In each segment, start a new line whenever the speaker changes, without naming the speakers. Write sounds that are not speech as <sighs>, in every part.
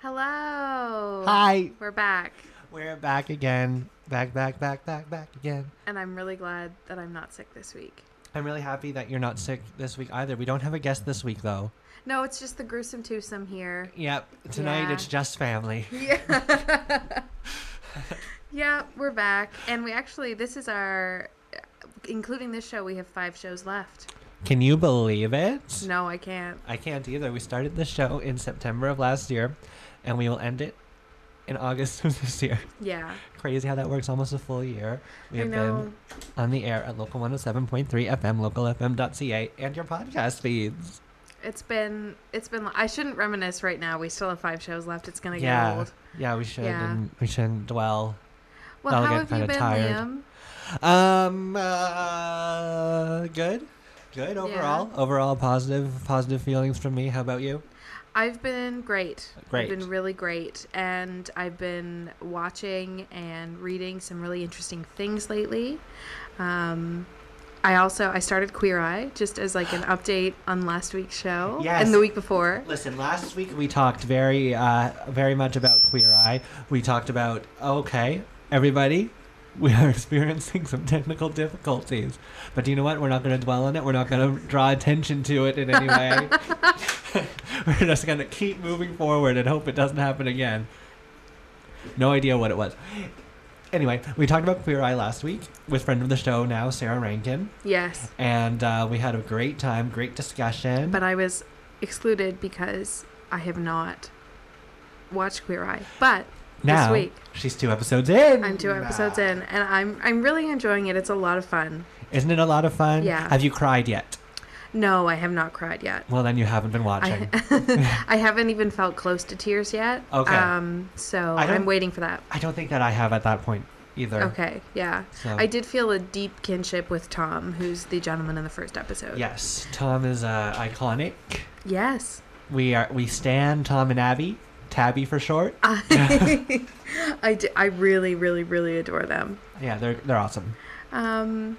Hello.
Hi.
We're back,
<laughs> We're back again. Back, back, back, back, back again.
and I'm really glad that I'm not sick this week.
I'm really happy that you're not sick this week either. We don't have a guest this week though.
No, it's just the gruesome twosome
<laughs>
here.
Yep. Tonight
Yeah.
it's just family.
Yeah. yeah, we're back, and we actually this is our, including this show, we have five shows left.
Can you believe it?
No, I can't.
I can't either. We started the show in September of last year and we will end it in August of this year. <laughs>
Yeah,
Crazy how that works almost a full year. We
I
have
know.
been on the air at local 107.3 FM, localfm.ca, and your podcast feeds.
It's been it's been. I shouldn't reminisce right now. We still have five shows left. It's gonna get
Yeah.
old.
Yeah, we should
Yeah.
and we shouldn't dwell
Well,
That'll
how
get
have you
kinda
been,
tired.
Liam?
Um, uh, good, good overall. Overall, positive, positive feelings from me. How about you?
I've been great.
Great.
I've been really great. And I've been watching and reading some really interesting things lately. Um, I also I started Queer Eye just as like
<gasps>
an update on last week's show
Yes.
and the week before.
Listen, last week we talked very, uh, very much about queer eye. We talked about okay, everybody. <laughs> We are experiencing some technical difficulties, but do you know what? We're not going to dwell on it. We're not going to draw attention to it in
<laughs>
any way. <laughs> We're just going to keep moving forward and hope it doesn't happen again. No idea what it was. Anyway, we talked about Queer Eye last week with friend of the show now, Sarah Rankin,
Yes,
and uh, we had a great time, great discussion.
but I was excluded because I have not watched Queer Eye. But
now
this week
she's two episodes in.
I'm two episodes in, and I'm I'm really enjoying it. It's a lot of fun.
Isn't it a lot of fun?
Yeah.
Have you cried yet?
No, I have not cried yet.
Well, then you haven't been watching. I,
<laughs>
<laughs>
I, I haven't even felt close to tears yet.
Okay.
Um, so
I don't-
I'm waiting for that.
don't think that I have at that point either.
Okay. Yeah.
So,
I did feel a deep kinship with Tom, who's the gentleman in the first episode.
Yes, Tom is uh, iconic.
Yes. <laughs>
<laughs> We are we stand Tom and Abby, Tabby for short.
I, I, d- I really, really, really adore them.
Yeah, they're they're awesome.
Um,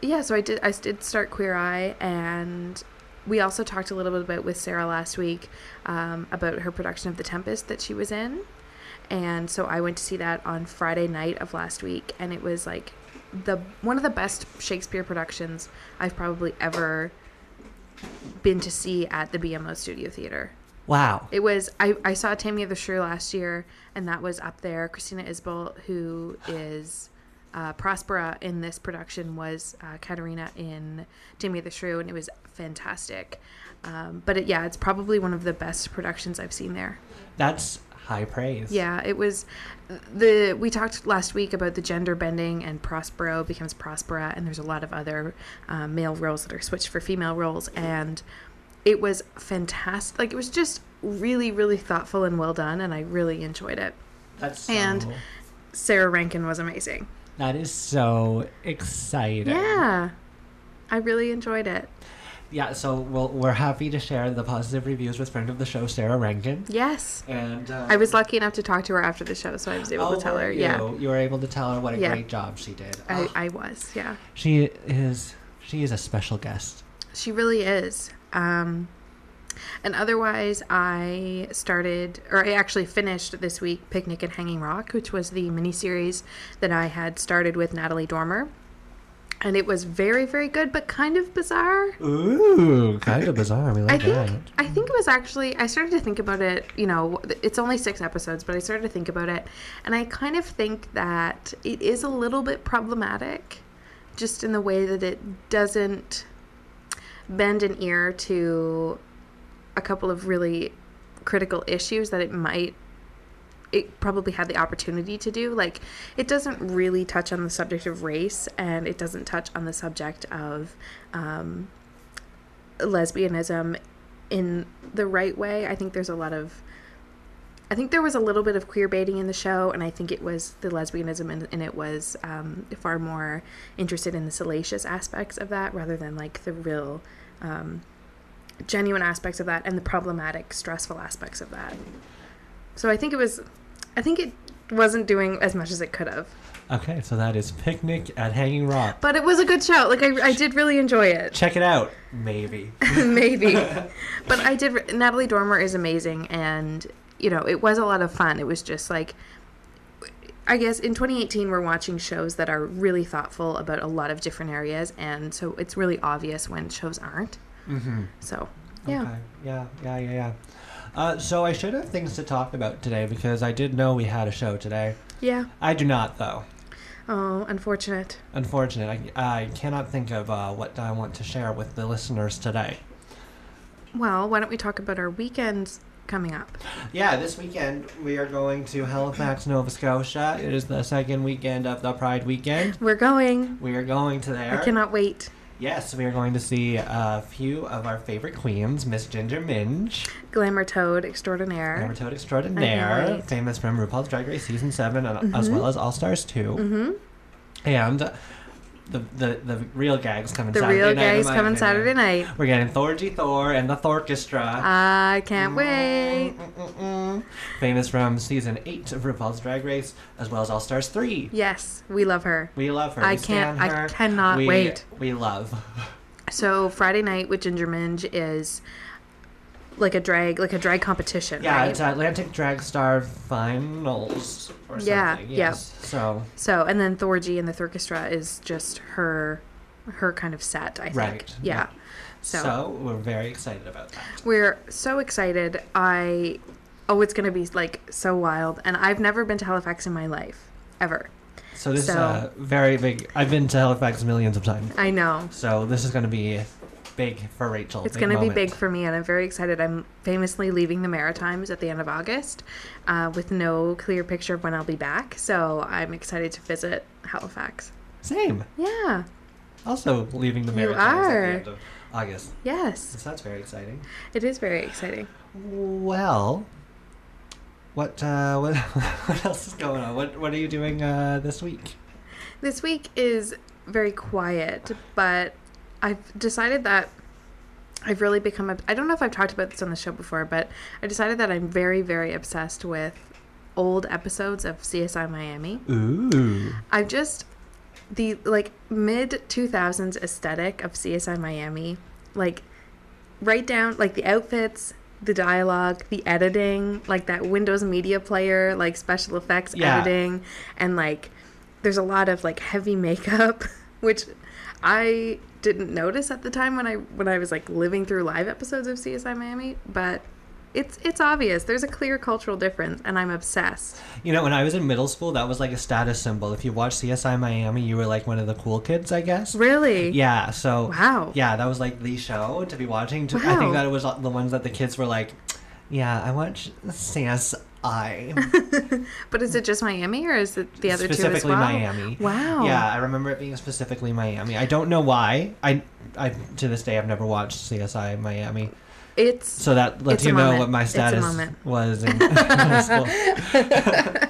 yeah. So I did. I did start Queer Eye, and we also talked a little bit about with Sarah last week um, about her production of The Tempest that she was in, and so I went to see that on Friday night of last week, and it was like the one of the best Shakespeare productions I've probably ever been to see at the BMO Studio Theater.
Wow.
It was I, I saw Tammy of the Shrew last year, and that was up there. Christina Isbell, who is uh, Prospera in this production, was uh, Katerina in Tammy of the Shrew, and it was fantastic. Um, but it, yeah, it's probably one of the best productions I've seen there.
That's high praise.
Yeah, it was the we talked last week about the gender bending and Prospero becomes Prospera, and there's a lot of other uh, male roles that are switched for female roles, and it was fantastic. Like it was just really, really thoughtful and well done, and I really enjoyed it.
That's so,
And- Sarah Rankin was amazing.
that is so exciting.
Yeah, I really enjoyed it.
Yeah, so we'll, we're happy to share the positive reviews with friend of the show, Sarah Rankin.
Yes,
And um,
I was lucky enough to talk to her after the show, so I was able
Oh,
to tell
were
her.
You?
Yeah,
you were able to tell her what a
Yeah.
great job she did.
I,
Ah,
I was. Yeah.
she is she is a special guest.
She really is. Um, and otherwise, I started, or I actually finished this week, Picnic and Hanging Rock, which was the miniseries that I had started with Natalie Dormer. And it was very, very good, but kind of bizarre.
Ooh, kind of bizarre. We
I
like that.
think I think it was actually I started to think about it. You know, it's only six episodes, but I started to think about it, and I kind of think that it is a little bit problematic, just in the way that it doesn't bend an ear to a couple of really critical issues that it might it probably had the opportunity to do like it doesn't really touch on the subject of race and it doesn't touch on the subject of um, lesbianism in the right way. I think there's a lot of I think there was a little bit of queer baiting in the show, and I think it was the lesbianism in, in it was um, far more interested in the salacious aspects of that rather than like the real, um, genuine aspects of that and the problematic, stressful aspects of that. So I think it was, I think it wasn't doing as much as it could have,
Okay, so that is Picnic at Hanging Rock.
but it was a good show. Like I, I did really enjoy it.
Check it out, maybe. <laughs>
maybe but i did re- natalie dormer is amazing and you know, it was a lot of fun. It was just like, I guess in 2018, we're watching shows that are really thoughtful about a lot of different areas. And so it's really obvious when shows aren't.
Mm-hmm.
So, yeah.
Okay. Yeah. Yeah. Yeah. Yeah. Uh, so I should have things to talk about today because I did know we had a show today.
Yeah.
I do not though.
Oh, unfortunate.
Unfortunate. I, I cannot think of uh, what I want to share with the listeners today.
Well, why don't we talk about our weekends coming up?
Yeah, this weekend we are going to Halifax, Nova Scotia. It is the second weekend of the Pride Weekend.
We're going.
We are going to
I
there.
cannot wait.
Yes, we are going to see a few of our favorite queens, Miss Ginger Minge,
Glamour Toad Extraordinaire.
Glamour Toad Extraordinaire,
right.
famous from RuPaul's Drag Race Season 7, and, as
Mhm.
well as All Stars 2.
Mm-hmm.
And the, the the real gags coming
The
Saturday
real
night. in
guys
my
coming
opinion.
Saturday night.
We're getting Thorgy Thor and the Thorchestra.
I can't wait.
<laughs> Mm-mm-mm-mm. Famous from season 8 of RuPaul's Drag Race, as well as All Stars 3.
Yes, we love her.
We love her.
I
we
can't.
stan her.
I cannot
we,
wait.
We love.
So Friday night with Ginger Minge is like a drag, like a drag competition,
Yeah,
right?
it's Atlantic Drag Star Finals or something.
Yeah, yeah.
yes. So,
so and then Thorgy and the Thorchestra is just her, her kind of set. I think.
Right,
Yeah.
yeah.
So.
so, we're very excited about that.
we're so excited. I oh, it's gonna be like so wild, and I've never been to Halifax in my life ever.
So this is
So-
a very big. I've been to Halifax millions of times.
I know
So this is going to be big for Rachel.
It's
big
going to be
moment.
big for me, and I'm very excited. I'm famously leaving the Maritimes at the end of August uh, with no clear picture of when I'll be back. So I'm excited to visit Halifax.
Same.
Yeah.
Also leaving the
You
Maritimes at
are.
the end of August.
Yes.
So that's very exciting.
It is very exciting.
Well, what uh, <laughs> what what else is going on? What what are you doing uh, this week?
This week is very quiet, but I've decided that I've really become. ob- I don't know if I've talked about this on the show before, but I decided that I'm very, very obsessed with old episodes of CSI Miami.
Ooh.
I've just the like mid 2000s aesthetic of CSI Miami, like right down like the outfits, the dialogue, the editing, like that Windows Media Player, like special effects
Yeah.
editing, and like there's a lot of like heavy makeup, <laughs> which I didn't notice at the time when I when I was like living through live episodes of CSI Miami, but it's it's obvious. There's a clear cultural difference, and I'm obsessed.
You know, when I was in middle school, that was like a status symbol. If you watched CSI Miami, you were like one of the cool kids, I guess.
Really?
Yeah. So.
Wow.
Yeah, that was like the show to be watching. To, I
Wow.
think that it was the ones that the kids were like, "Yeah, I watch CSI."
But is it just Miami or is it <laughs> the other two as
specifically
well?
Miami.
Wow.
Yeah, I remember it being specifically Miami. I don't know why. I, I to this day I've never watched CSI Miami,
It's
so that lets
It's a
you know
moment.
what my
It's a
status
moment.
was in <laughs> high school.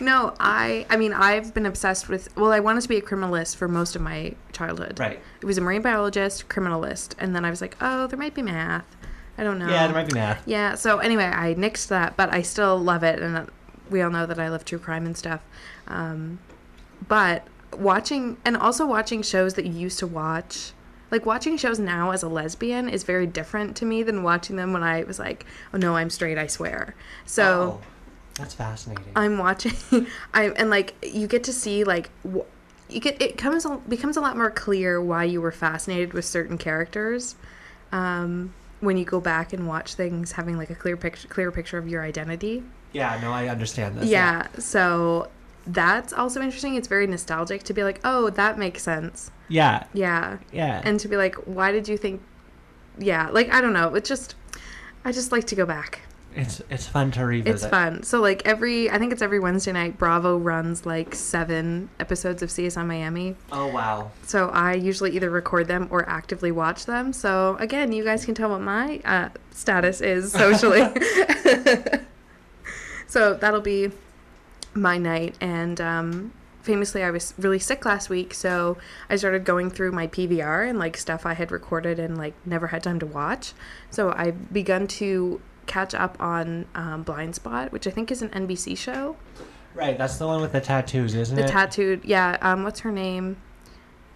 no, I I mean I've been obsessed with well, I wanted to be a criminalist for most of my childhood.
Right?
It was a marine biologist, criminalist, and then I was like, Oh, there might be math. I don't know.
Yeah, there might be math.
Yeah, so anyway, I nixed that, but I still love it and uh, we all know that I love true crime and stuff. Um, but watching and also watching shows that you used to watch like watching shows now as a lesbian is very different to me than watching them when I was like, "Oh no, I'm straight, I swear." So,
Oh, that's fascinating.
I'm watching. <laughs> I and like you get to see like wh- you get it comes a- becomes a lot more clear why you were fascinated with certain characters um, when you go back and watch things, having like a clear picture, clear picture of your identity.
yeah, no, I understand this.
yeah, so that's also interesting. It's very nostalgic to be like, oh, that makes sense.
yeah,
Yeah,
yeah.
and to be like, why did you think? Yeah, like I don't know. It's just I just like to go back.
It's it's fun to revisit.
It's fun. So like every, I think it's every Wednesday night. Bravo runs like seven episodes of CSI Miami.
Oh wow.
So I usually either record them or actively watch them. So again, you guys can tell what my uh, status is socially. so that'll be my night. And um, famously, I was really sick last week, so I started going through my PVR and like stuff I had recorded and like never had time to watch. So I've begun to catch up on um, Blind Spot, which I think is an NBC show.
Right, that's the one with the tattoos, isn't
The
it?
tattooed, yeah. Um, what's her name?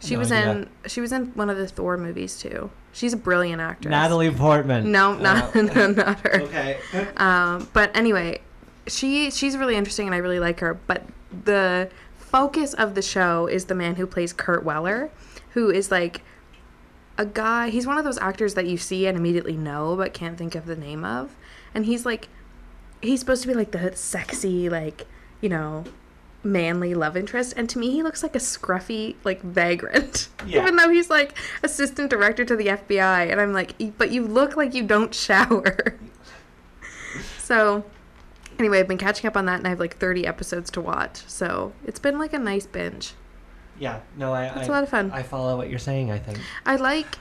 She
No
was
idea.
in she was in one of the Thor movies too. She's a brilliant actress.
Natalie Portman.
No, not <laughs>
Uh,
no, not her.
okay.
Um, but anyway, she she's really interesting and I really like her. But the focus of the show is the man who plays Kurt Weller, who is like a guy. He's one of those actors that you see and immediately know but can't think of the name of, and he's like he's supposed to be like the sexy like you know manly love interest and to me he looks like a scruffy like vagrant
Yeah.
even though he's like assistant director to the fbi and i'm like "E- but you look like you don't shower <laughs> so anyway i've been catching up on that and i have like 30 episodes to watch so it's been like a nice binge
Yeah. No, I.
it's a
I,
lot of fun
I follow what you're saying. I think.
i like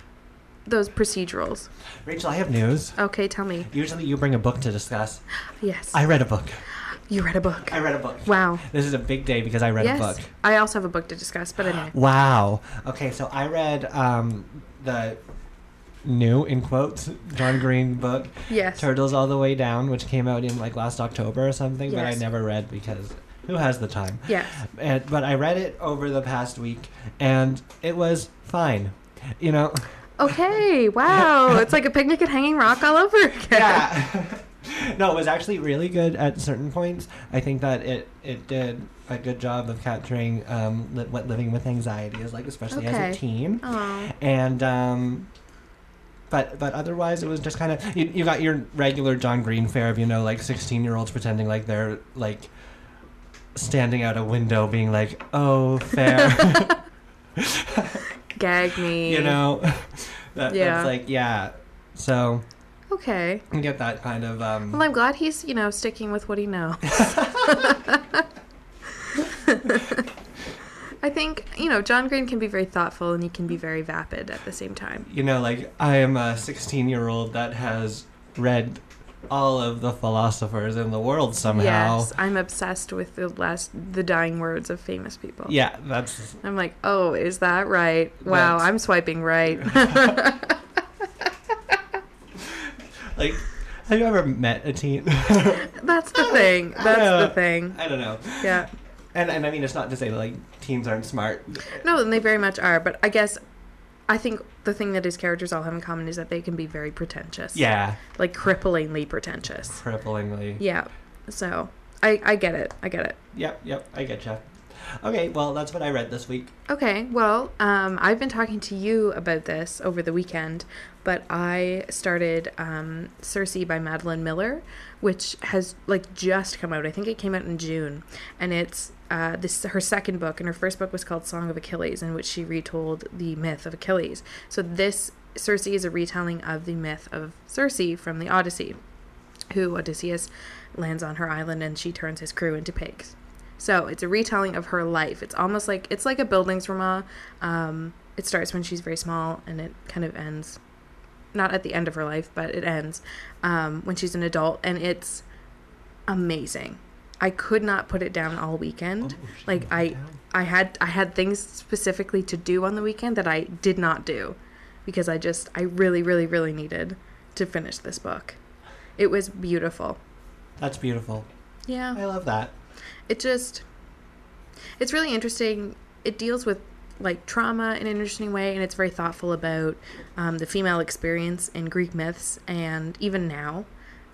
those procedurals
Rachel, I have news.
okay tell me
Usually, you bring a book to discuss.
yes
I read a book.
you read a book
I read a book.
wow
This is a big day because I read
yes
a book.
i also have a book to discuss but
<gasps>
anyway
Wow. Okay, so I read um, the new in quotes John Green book
yes
Turtles All the Way Down, which came out in like last October or something, but I
Yes.
never read because who has the time?
yes
And, but I read it over the past week, and it was fine.
<laughs>
You know, <laughs>
Okay, wow. It's like a picnic at Hanging Rock all over again.
yeah. <laughs> no, it was actually really good at certain points. I think that it it did a good job of capturing um, li- what living with anxiety is like, especially
Okay.
as a teen.
Oh,
and um but but otherwise it was just kind of you, you got your regular john green fare of you know like 16 year olds pretending like they're like standing out a window being like oh fair
<laughs>
<laughs>
gag me.
you know <laughs> that,
Yeah.
that's like yeah so
Okay.
you get that kind of um
Well, I'm glad he's, you know, sticking with what he
<laughs>
knows. I think, you know, John Green can be very thoughtful and he can be very vapid at the same time.
you know like i am a 16 year old that has read all of the philosophers in the world somehow
Yes, I'm obsessed with the last, the dying words of famous people.
yeah that's
I'm like, oh, is that right? Wow,
That's-
I'm swiping
<laughs>
right. <laughs>
like have you ever met a teen <laughs>
That's the thing. That's
Yeah.
the thing.
i don't know
Yeah.
And, and I mean, it's not to say that like teens aren't smart.
No, and they very much are. But I guess I think the thing that his characters all have in common is that they can be very pretentious.
Yeah,
Like cripplingly pretentious.
cripplingly.
Yeah. So I, I get it. I get it.
Yep, yep, I get you. Okay, well, that's what I read this week.
Okay, well, um, I've been talking to you about this over the weekend, but I started um, Circe by Madeline Miller, which has like just come out. I think it came out in June, and it's uh, this her second book, and her first book was called Song of Achilles, in which she retold the myth of Achilles. So this Circe is a retelling of the myth of Circe from the Odyssey, who Odysseus lands on her island, and she turns his crew into pigs. So it's a retelling of her life. It's almost like it's like a buildings drama. Um, it starts when she's very small and it kind of ends, not at the end of her life, but it ends um, when she's an adult, and it's amazing. I could not put it down all weekend.
Oh,
Like, I- I had I had things specifically to do on the weekend that I did not do because I just I really really really needed to finish this book. It was beautiful.
That's beautiful.
Yeah.
I love that.
it just it's really interesting it deals with like trauma in an interesting way and it's very thoughtful about um, the female experience in greek myths and even now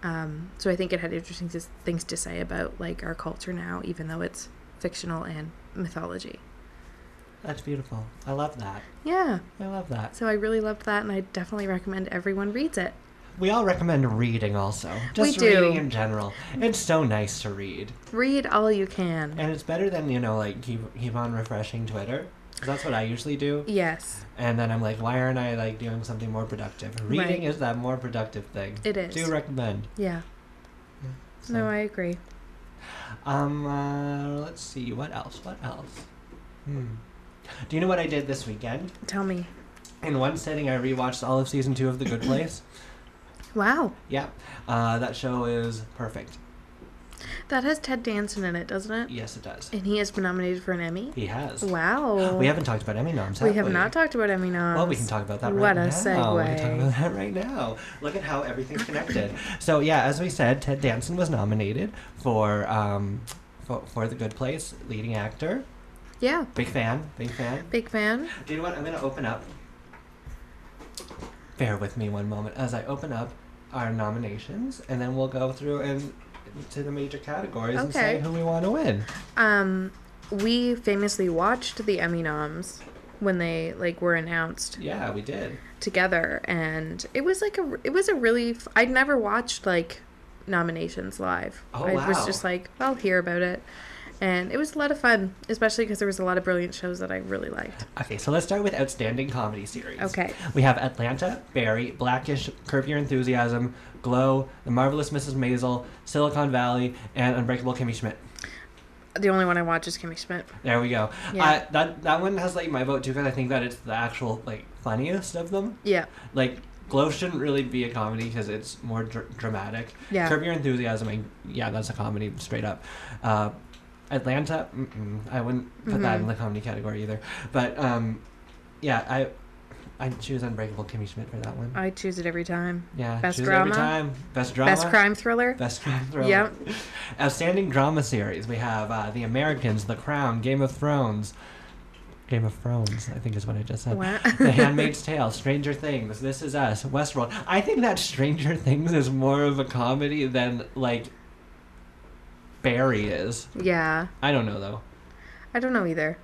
um, so i think it had interesting s- things to say about like our culture now even though it's fictional and mythology
That's beautiful. I love that.
yeah
I love that.
so i really loved that and i definitely recommend everyone reads it
We all recommend reading also. Just
do.
reading in general. It's so nice to read.
read all you can
And it's better than, you know, like keep, keep on refreshing Twitter. 'Cause That's what I usually do.
yes
And then I'm like, why aren't I like doing something more productive? Reading is that more productive thing.
it is
Do recommend.
yeah
So.
no i agree
Um, uh, let's see. What else? What else? Hmm. Do you know what I did this weekend?
tell me
In one sitting, I rewatched all of season two of The Good Place.
wow
yeah, uh, that show is perfect.
that has ted danson in it doesn't it
Yes, it does.
And he has been nominated for an Emmy.
He has.
Wow.
We haven't talked about Emmy noms.
We
have
have not talked about Emmy noms.
Well, we can talk about that right
What
now.
a
We can talk
segue.
about that right now. Look at how
<coughs>
everything's connected. so yeah, as we said, Ted Danson was nominated for um, for, for The Good Place, leading actor.
Yeah.
Big fan. Big fan.
Big fan.
Do you know what? I'm going to open up. Bear with me one moment as I open up our nominations, and then we'll go through and to the major categories and say
Okay.
who we want to win.
Um, we famously watched the Emmy noms when they like were announced
Yeah, we did.
together, and it was like a it was a really f- I'd never watched like nominations live.
Oh,
I was
wow.
just like, I'll hear about it, and it was a lot of fun, especially because there was a lot of brilliant shows that I really liked.
Okay, so let's start with outstanding comedy series.
Okay.
We have Atlanta, Barry, Blackish, Curb Your Enthusiasm, Glow, The Marvelous Mrs. Maisel, Silicon Valley, and Unbreakable Kimmy Schmidt.
The only one I watch is Kimmy Schmidt.
There we go.
Yeah.
Uh, that that one has like my vote too because I think that it's the actual like funniest of them.
Yeah,
Like Glow shouldn't really be a comedy because it's more dr- dramatic.
yeah.
Curb Your Enthusiasm, I, yeah, that's a comedy straight up. Uh, Atlanta, mm-mm, I wouldn't put that in
Mhm.
the comedy category either. But um, yeah, I I choose Unbreakable Kimmy Schmidt for that one.
I choose it every time.
yeah,
Uh, best
choose
drama?
every time. Best drama.
Best crime thriller.
Best crime thriller.
Yep.
Outstanding drama series. We have uh, The Americans, The Crown, Game of Thrones. Game of Thrones, I think is what I just said.
Wow.
the Handmaid's Tale, Stranger Things, This Is Us, Westworld. I think that Stranger Things is more of a comedy than like Barry is.
<laughs> yeah.
I don't know though.
I don't know either.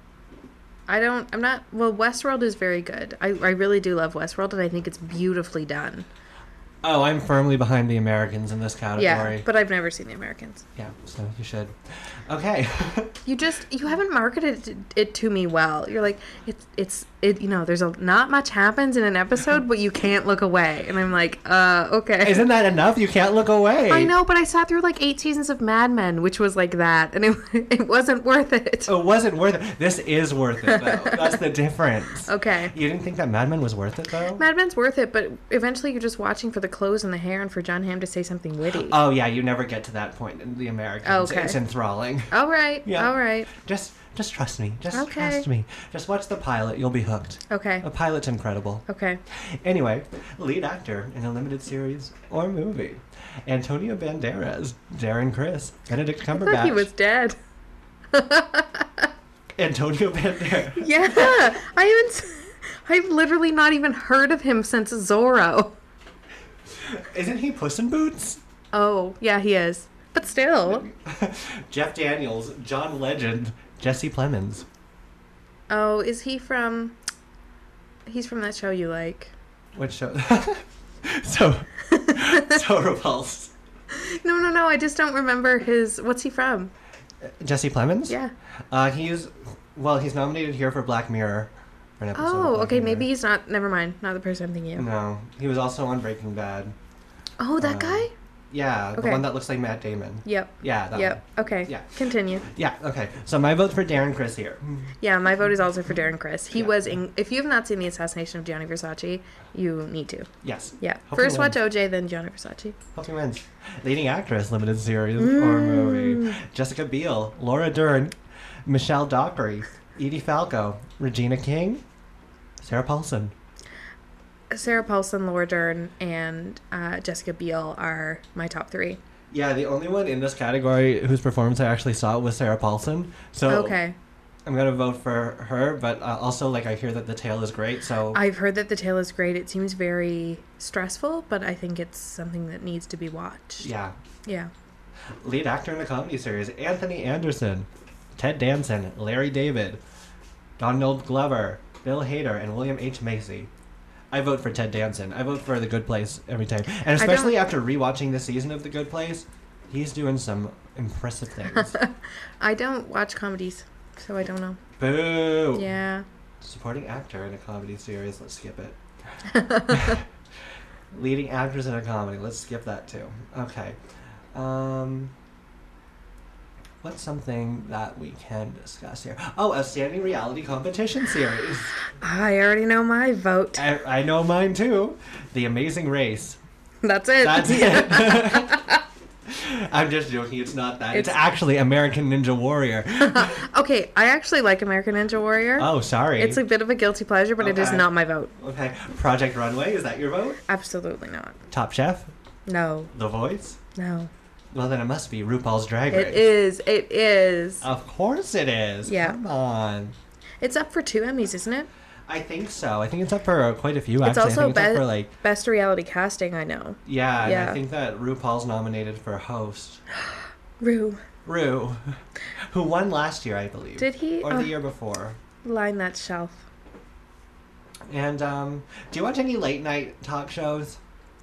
I don't. I'm not. Well, Westworld is very good. I, I really do love Westworld, and I think it's beautifully done.
Oh, I'm firmly behind the Americans in this category.
Yeah, but I've never seen The Americans.
yeah so you should.
<laughs>
Okay.
You just you haven't marketed it- it to me well. You're like it's it's it. You know, there's a not much happens in an episode, but you can't look away. And I'm like, uh, okay.
Isn't that enough? You can't look away.
I know, but I sat through like eight seasons of Mad Men, which was like that, and it <laughs> it wasn't worth it.
Oh, It wasn't worth it. This is worth it, though. That's the difference.
<laughs> Okay.
You didn't think that Mad Men was worth it, though?
Mad Men's worth it, but eventually you're just watching for the clothes and the hair and for John Hamm to say something witty.
oh, yeah, you never get to that point in The Americans.
Okay.
It's enthralling.
all right.
Yeah.
All right.
Just just trust me. Just
Okay.
trust me. Just watch the pilot. You'll be hooked.
Okay.
A pilot's incredible.
Okay.
Anyway, lead actor in a limited series or movie. Antonio Banderas, Darren Chris, Benedict
I thought
Cumberbatch,
he was dead. <laughs>
Antonio Banderas.
Yeah. I haven't. s- <laughs> I've literally not even heard of him since Zorro.
Isn't he Puss in Boots?
Oh, yeah, he is. But still.
Jeff Daniels, John Legend, Jesse Plemons.
Oh, is he from. He's from that show you like.
Which show? <laughs>
<laughs>
so, so repulsed.
No, no, no. I just don't remember his. What's he from?
Jesse Plemons.
Yeah.
Uh, he's well, he's nominated here for Black Mirror. For an episode of
Oh,
Black
okay.
Mirror.
Maybe he's not. Never mind. Not the person I'm thinking of.
No, he was also on Breaking Bad.
Oh, that
Um,
guy?
Yeah, the
Okay.
one that looks like Matt Damon.
Yep.
Yeah, that
Yep. Okay.
Yeah.
Continue.
one. Yeah, okay. So my vote's for Darren Chris here.
Yeah, my vote is also for Darren Chris. He
Yeah.
was in. If you have not seen the assassination of Gianni Versace, you need to.
Yes.
Yeah.
Hope he
First watch OJ, then Gianni Versace.
Hope he wins. Leading actress, limited series or
Mm.
movie. Jessica Biel, Laura Dern, Michelle Dockery, Edie Falco, Regina King, Sarah Paulson.
Sarah Paulson, Laura Dern, and uh, Jessica Biel are my top three.
Yeah, the only one in this category whose performance I actually saw was Sarah Paulson. So
Okay.
I'm gonna vote for her, but uh, also like I hear that the tale is great. So
I've heard that the tale is great. It seems very stressful, but I think it's something that needs to be watched.
yeah,
Yeah.
lead actor in a comedy series: Anthony Anderson, Ted Danson, Larry David, Donald Glover, Bill Hader, and William H Macy. I vote for Ted Danson. I vote for The Good Place every time, and
don't-
especially after rewatching the season of The Good Place, he's doing some impressive things.
<laughs> I don't watch comedies, so I don't know.
Boo!
Yeah.
Supporting actor in a comedy series. Let's skip it.
<laughs>
<laughs> Leading actress in a comedy. Let's skip that too. Okay. Um, what's something that we can discuss here? Oh, outstanding reality competition
<laughs>
series.
I already know my vote.
I, I know mine too. The Amazing Race.
That's it. <laughs>
That's it. <laughs> I'm just joking. It's not that. It's,
It's-
actually American Ninja Warrior.
okay, I actually like American Ninja Warrior.
Oh, sorry.
It's a bit of a guilty pleasure, but it is
Okay.
not my vote.
okay. Project Runway. Is that your vote?
Absolutely not.
Top Chef.
No,
The Voice.
no.
Well, then it must be RuPaul's Drag Race.
It is. It is.
Of course it is.
Yeah.
Come on.
It's up for two Emmys, isn't it?
I think so. I think it's up for quite a few. Actually,
It's also
I think it's
be-
up for like
Best reality casting I know.
yeah, and I
Yeah.
think that RuPaul's nominated for host.
Rue,
Ru, <laughs> who won last year, I believe,
did he
or
uh,
the year before.
line that shelf?
And um, do you watch any late night talk shows?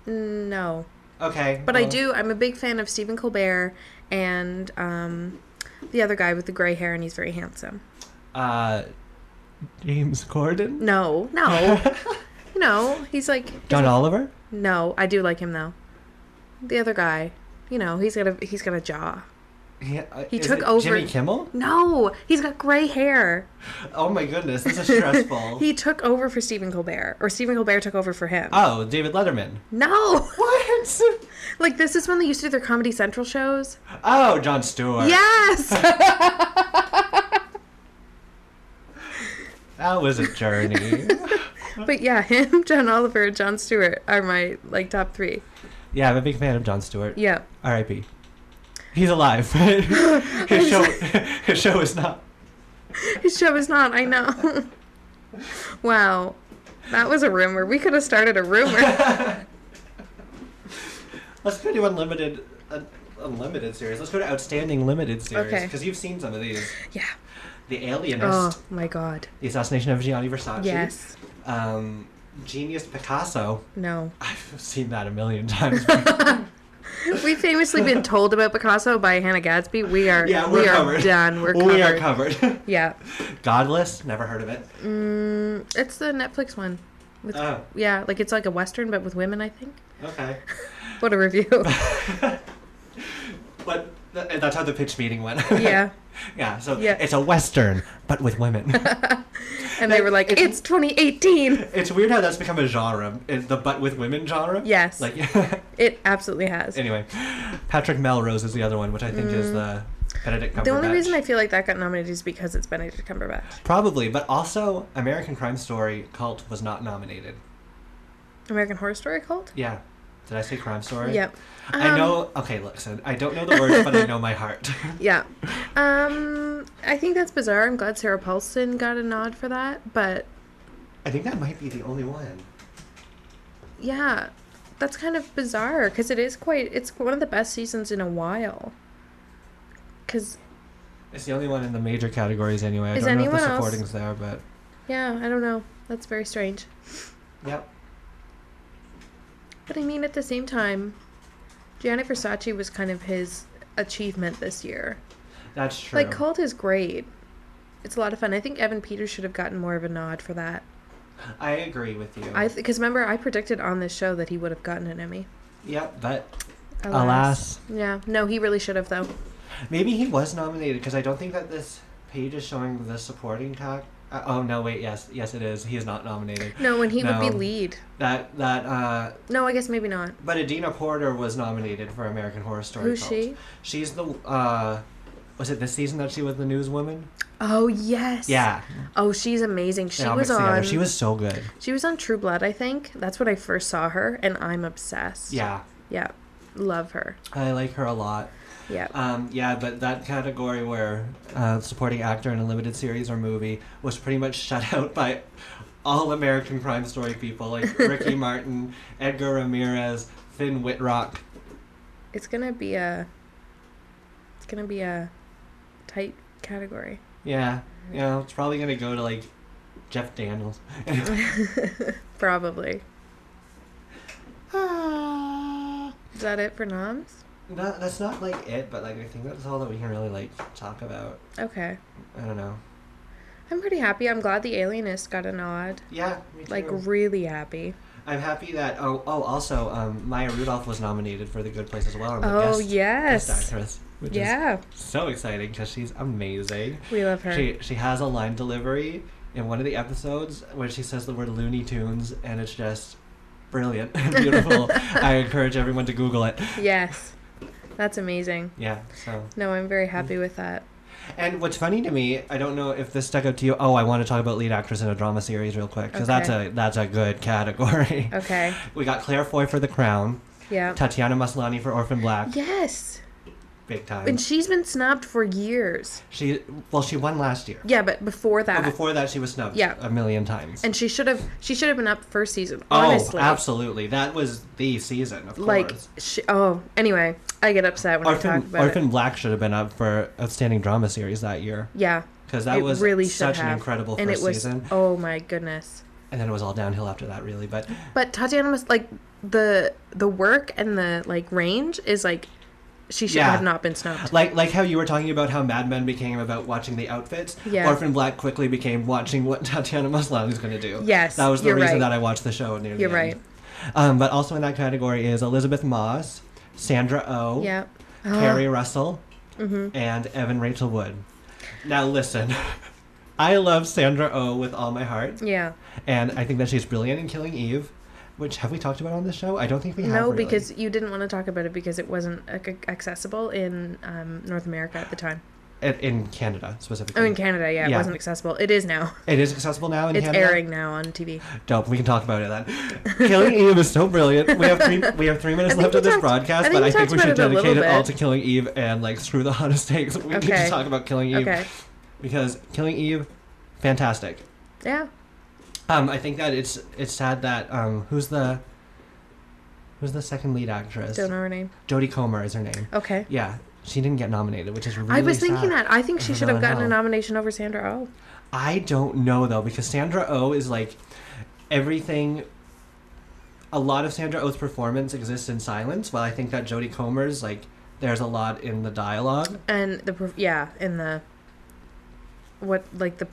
No,
Okay,
but I
well,
do. I'm a big fan of Stephen Colbert and um, the other guy with the gray hair, and he's very handsome.
Uh, James Corden,
No,
<laughs>
no, no. He's like
John Oliver.
no. I do like him though. The other guy, you know, he's got a he's got a jaw.
He, uh,
He
is
took
it
over-
Jimmy Kimmel.
No, he's got gray hair.
Oh my goodness, this
<laughs>
is stressful.
He took over for Stephen Colbert, or Stephen Colbert took over for him.
oh, David Letterman.
no,
<laughs> What?
<laughs> like this is when they used to do their Comedy Central shows.
Oh, John Stewart.
Yes,
That was a
<laughs>
journey.
but yeah, him, John Oliver, and John Stewart are my like top three.
yeah, I'm a big fan of John Stewart.
Yeah,
R.I.P. He's alive. <laughs> but
<laughs>
his show, his show is not.
his show is not. I know. <laughs> wow, that was a rumor. We could have started a
<laughs>
rumor.
Let's go to unlimited, un- unlimited series. Let's go to outstanding limited series
Okay.
because you've seen some of these.
yeah.
The Alienist,
Oh my God.
The Assassination of Gianni Versace.
Yes.
Um, Genius Picasso.
No.
I've seen that a
<laughs>
million times.
We've famously been told about Picasso by Hannah Gadsby. We are.
yeah, we're
we are
covered.
done. We're covered.
We are covered. <laughs>
Yeah.
Godless. Never heard of it.
Mm, it's the Netflix one. With,
Oh,
Yeah, like it's like a western, but with women. I think.
okay.
What a
<laughs>
review.
But th- and that's how the pitch meeting went. <laughs>
yeah.
yeah. So
Yeah.
it's a western, but with women. <laughs>
And they were like, it's 2018.
it's weird how that's become a genre. Is the but with women genre?
Yes.
Like <laughs>
It absolutely has.
anyway, Patrick Melrose is the other one, which I think is the Benedict Cumberbatch.
Mm. The only reason I feel like that got nominated is because it's Benedict Cumberbatch.
probably, but also American Crime Story Cult was not nominated.
American Horror Story cult?
Yeah. Did I say Crime Story?
Yep.
I
Um,
know. Okay, listen. I don't know the words, but I know my heart. <laughs>
Yeah. Um, I think that's bizarre. I'm glad Sarah Paulson got a nod for that, but
I think that might be the only one.
yeah, that's kind of bizarre because it is quite. It's one of the best seasons in a while. Because
It's the only one in the major categories, anyway. I
Is
don't know if the
anyone else-
supporting's there, but
yeah, I don't know. That's very strange.
yep.
But I mean, at the same time, Gianni Versace was kind of his achievement this year.
That's true.
Like, Cult is great. It's a lot of fun. I think Evan Peters should have gotten more of a nod for that.
I agree with you.
I because remember I predicted on this show that he would have gotten an Emmy.
Yep, but
Alas. Yeah. No, he really should have though.
maybe he was nominated because I don't think that this page is showing the supporting talk. Uh, oh no, wait, yes, yes, it is. He is not nominated.
No, and he would
No.
be lead.
That that. uh
No, I guess maybe not.
But Adina Porter was nominated for American Horror Story.
Who's
Cult.
she?
She's the. uh Was it this season that she was the newswoman?
Oh yes.
Yeah,
Oh, she's amazing. She
they all
was
mixed together.
on.
She was so good.
She was on True Blood, I think. That's what I first saw her, and I'm obsessed.
Yeah,
Yeah. Love her.
I like her a lot.
Yeah.
Um, yeah, but that category where uh, supporting actor in a limited series or movie was pretty much <laughs> shut out by all American Crime Story people
<laughs>
like Ricky Martin, Edgar Ramirez, Finn Whitrock.
It's gonna be a. It's gonna be a, tight category.
Yeah, you know, it's probably gonna go to like Jeff Daniels.
Probably.
no,
Is that it for noms?
that's not like it, but like I think that's all that we can really like talk about.
Okay.
I don't know.
I'm pretty happy. I'm glad the alienist got a nod.
Yeah, me too.
Like really happy.
I'm happy that oh oh also um, Maya Rudolph was nominated for The Good Place as well. and the
Oh
guest- guest
yes.
actress, which is
Yeah.
so exciting because she's amazing.
We love her.
She she has a line delivery in one of the episodes where she says the word Looney Tunes, and it's just brilliant
<laughs>
and beautiful. I encourage everyone to Google it.
yes. That's amazing.
Yeah. So,
No, I'm very happy with that.
and what's funny to me, I don't know if this stuck out to you. Oh, I want to talk about lead actress in a drama series real quick because that's
Okay.
a that's a good category.
<laughs> Okay.
We got Claire Foy for The Crown,
Yeah.
Tatiana Maslany for Orphan Black,
Yes.
big time.
And she's been snubbed for years.
She well, she won last year.
Yeah, but before that.
But Oh, before that, she was snubbed
Yeah.
a million times.
and she should have she should have been up first season,
oh,
honestly.
absolutely, that was the season. Of
Like
course.
she, oh, anyway, I get upset when I talk
Orphan,
about it.
Orphan Black should have been up for Outstanding Drama Series that year
Yeah.
because that
it
was
really should
such an
have.
incredible
and
first
it was,
season,
Oh my goodness.
and then it was all downhill after that, really. But
But Tatiana was like the the work and the like range is like she should
Yeah.
have not been snubbed.
like like how you were talking about how Mad Men became about watching the outfits,
Yeah.
Orphan Black quickly became watching what Tatiana Maslany's going to do.
Yes,
that was the
you're
reason
right.
that I watched the show. Near the
You're
end. Um, but also in that category is Elizabeth Moss, Sandra Oh,
Yeah. Uh-huh.
Carrie Russell,
Mm-hmm.
and Evan Rachel Wood. Now listen, <laughs> I love Sandra Oh with all my heart,
Yeah.
and I think that she's brilliant in Killing Eve, which have we talked about on this show? I don't think we have.
No,
really.
because you didn't want to talk about it because it wasn't ac- ac- accessible in um, North America at the time.
in, in Canada
Oh,
specifically,
in Canada, yeah,
Yeah.
it wasn't accessible. It is now.
it is accessible now in
it's
Canada.
airing now on TV.
Dope. We can talk about it then. <laughs> Killing Eve is so brilliant. We have three. We have three minutes
I think
left of
we
this
talked-
broadcast,
I think
but
we
I think
talked
we should
about it a little
dedicate it all
bit.
to Killing Eve and like screw the <laughs> hottest takes. We need to
Okay.
talk about Killing Eve
Okay.
because Killing Eve, fantastic.
Yeah.
Um, I think that it's it's sad that um, who's the who's the second lead actress?
Don't know her name.
Jodie Comer is her name.
Okay.
Yeah, she didn't get nominated, which is really.
I was thinking
sad.
that. I think she
I
should have
don't
gotten a
know.
nomination over Sandra Oh.
I don't know though because Sandra O oh is like everything. A lot of Sandra O's performance exists in silence, while I think that Jodie Comer's like there's a lot in the dialogue.
And the perf- yeah, and the what like the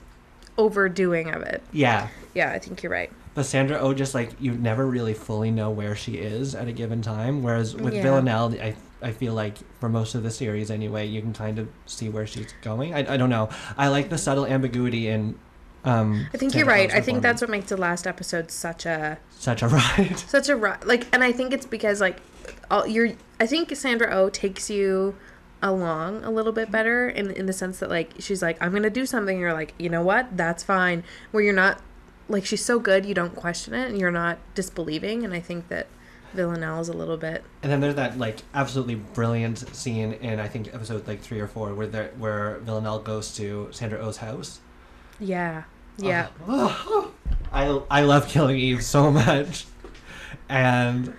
overdoing of it.
Yeah,
Yeah, I think you're right.
but Sandra O oh just like you never really fully know where she is at a given time. Whereas with
Yeah.
Villanelle, I I feel like for most of the series anyway, you can kind of see where she's going. I, I don't know. I like the subtle ambiguity in. Um,
I think
Sandra
you're right.
Oh's
I think that's
performance.
what makes the last episode such a
<laughs> such a ride.
such a ru- like and i think it's because like all you're i think sandra o oh takes you along a little bit better in, in the sense that like she's like i'm gonna do something and you're like you know what that's fine where you're not like she's so good you don't question it and you're not disbelieving and i think that villanelle is a little bit
And then there's that like absolutely brilliant scene in I think episode like three or four where there, where Villanelle goes to Sandra O's house.
yeah yeah
<sighs> Uh-huh. I I love Killing Eve so much, and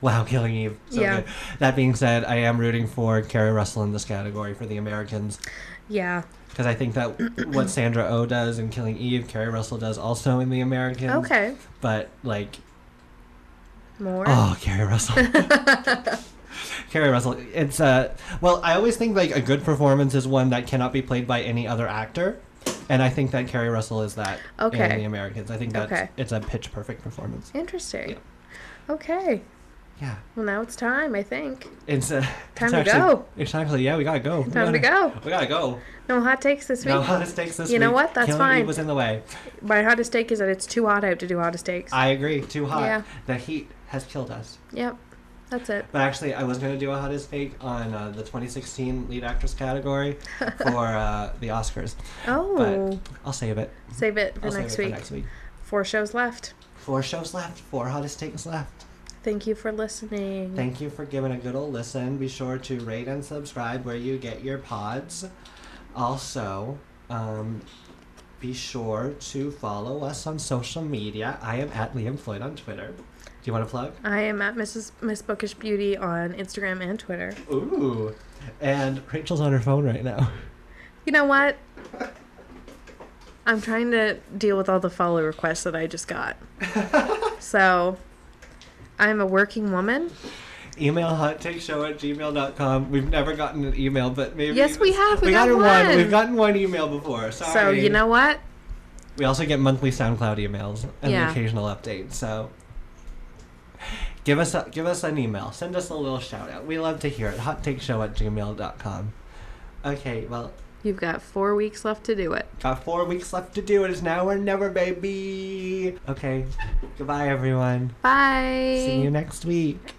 wow, Killing Eve. So
Yeah.
good. That being said, I am rooting for Carrie Russell in this category for the Americans
yeah
because I
<clears throat>
think that what Sandra O oh does in Killing Eve, Carrie Russell does also in the Americans.
okay
But like
more
Oh,
<laughs>
Carrie Russell. Carrie Russell. It's uh, well, I always think like a good performance is one that cannot be played by any other actor, and I think that Carrie Russell is that in
Okay.
The Americans. I think that's
Okay.
it's a pitch perfect performance.
interesting
Yeah.
okay
Yeah,
well now it's time i think
it's uh,
Time
it's
to
actually-
go.
Exactly. Yeah, we gotta go.
time to go
We gotta go.
no hot takes this week
No hottest takes this
You know
week.
what? That's
Killing
fine.
Eve was in the way.
my hottest take is that it's too hot out to do hottest takes
I agree. Too hot.
Yeah.
The heat has killed us.
Yep, that's it.
But actually, I was going to do a hottest take on uh, the 2016 lead actress
<laughs>
category for uh, the Oscars.
Oh,
I'll save it.
save it for
I'll
next
save it
week.
for next week.
Four shows left.
Four shows left. Four hottest takes left.
Thank you for listening.
Thank you for giving a good old listen. Be sure to rate and subscribe where you get your pods. Also, um, be sure to follow us on social media. I am at Liam Floyd on Twitter. Do you want to plug?
I am at Mrs. Miss Bookish Beauty on Instagram and Twitter.
Ooh. And Rachel's on her phone right now.
You know what? I'm trying to deal with all the follow requests that I just
<laughs>
got. so, I'm a working woman.
Email hottakeshow at gmail.com. We've never gotten an email, but maybe.
Yes, we have. We got
gotten
one.
We've gotten one email before. Sorry.
So, you know what?
We also get monthly SoundCloud emails and an
Yeah.
occasional update. So give us a, give us an email. Send us a little shout out. We love to hear it. Hottakeshow at gmail.com. Okay, well,
You've got four weeks left to do it.
got four weeks left to do it. It's now or never, baby. Okay, goodbye, everyone.
Bye.
See you next week.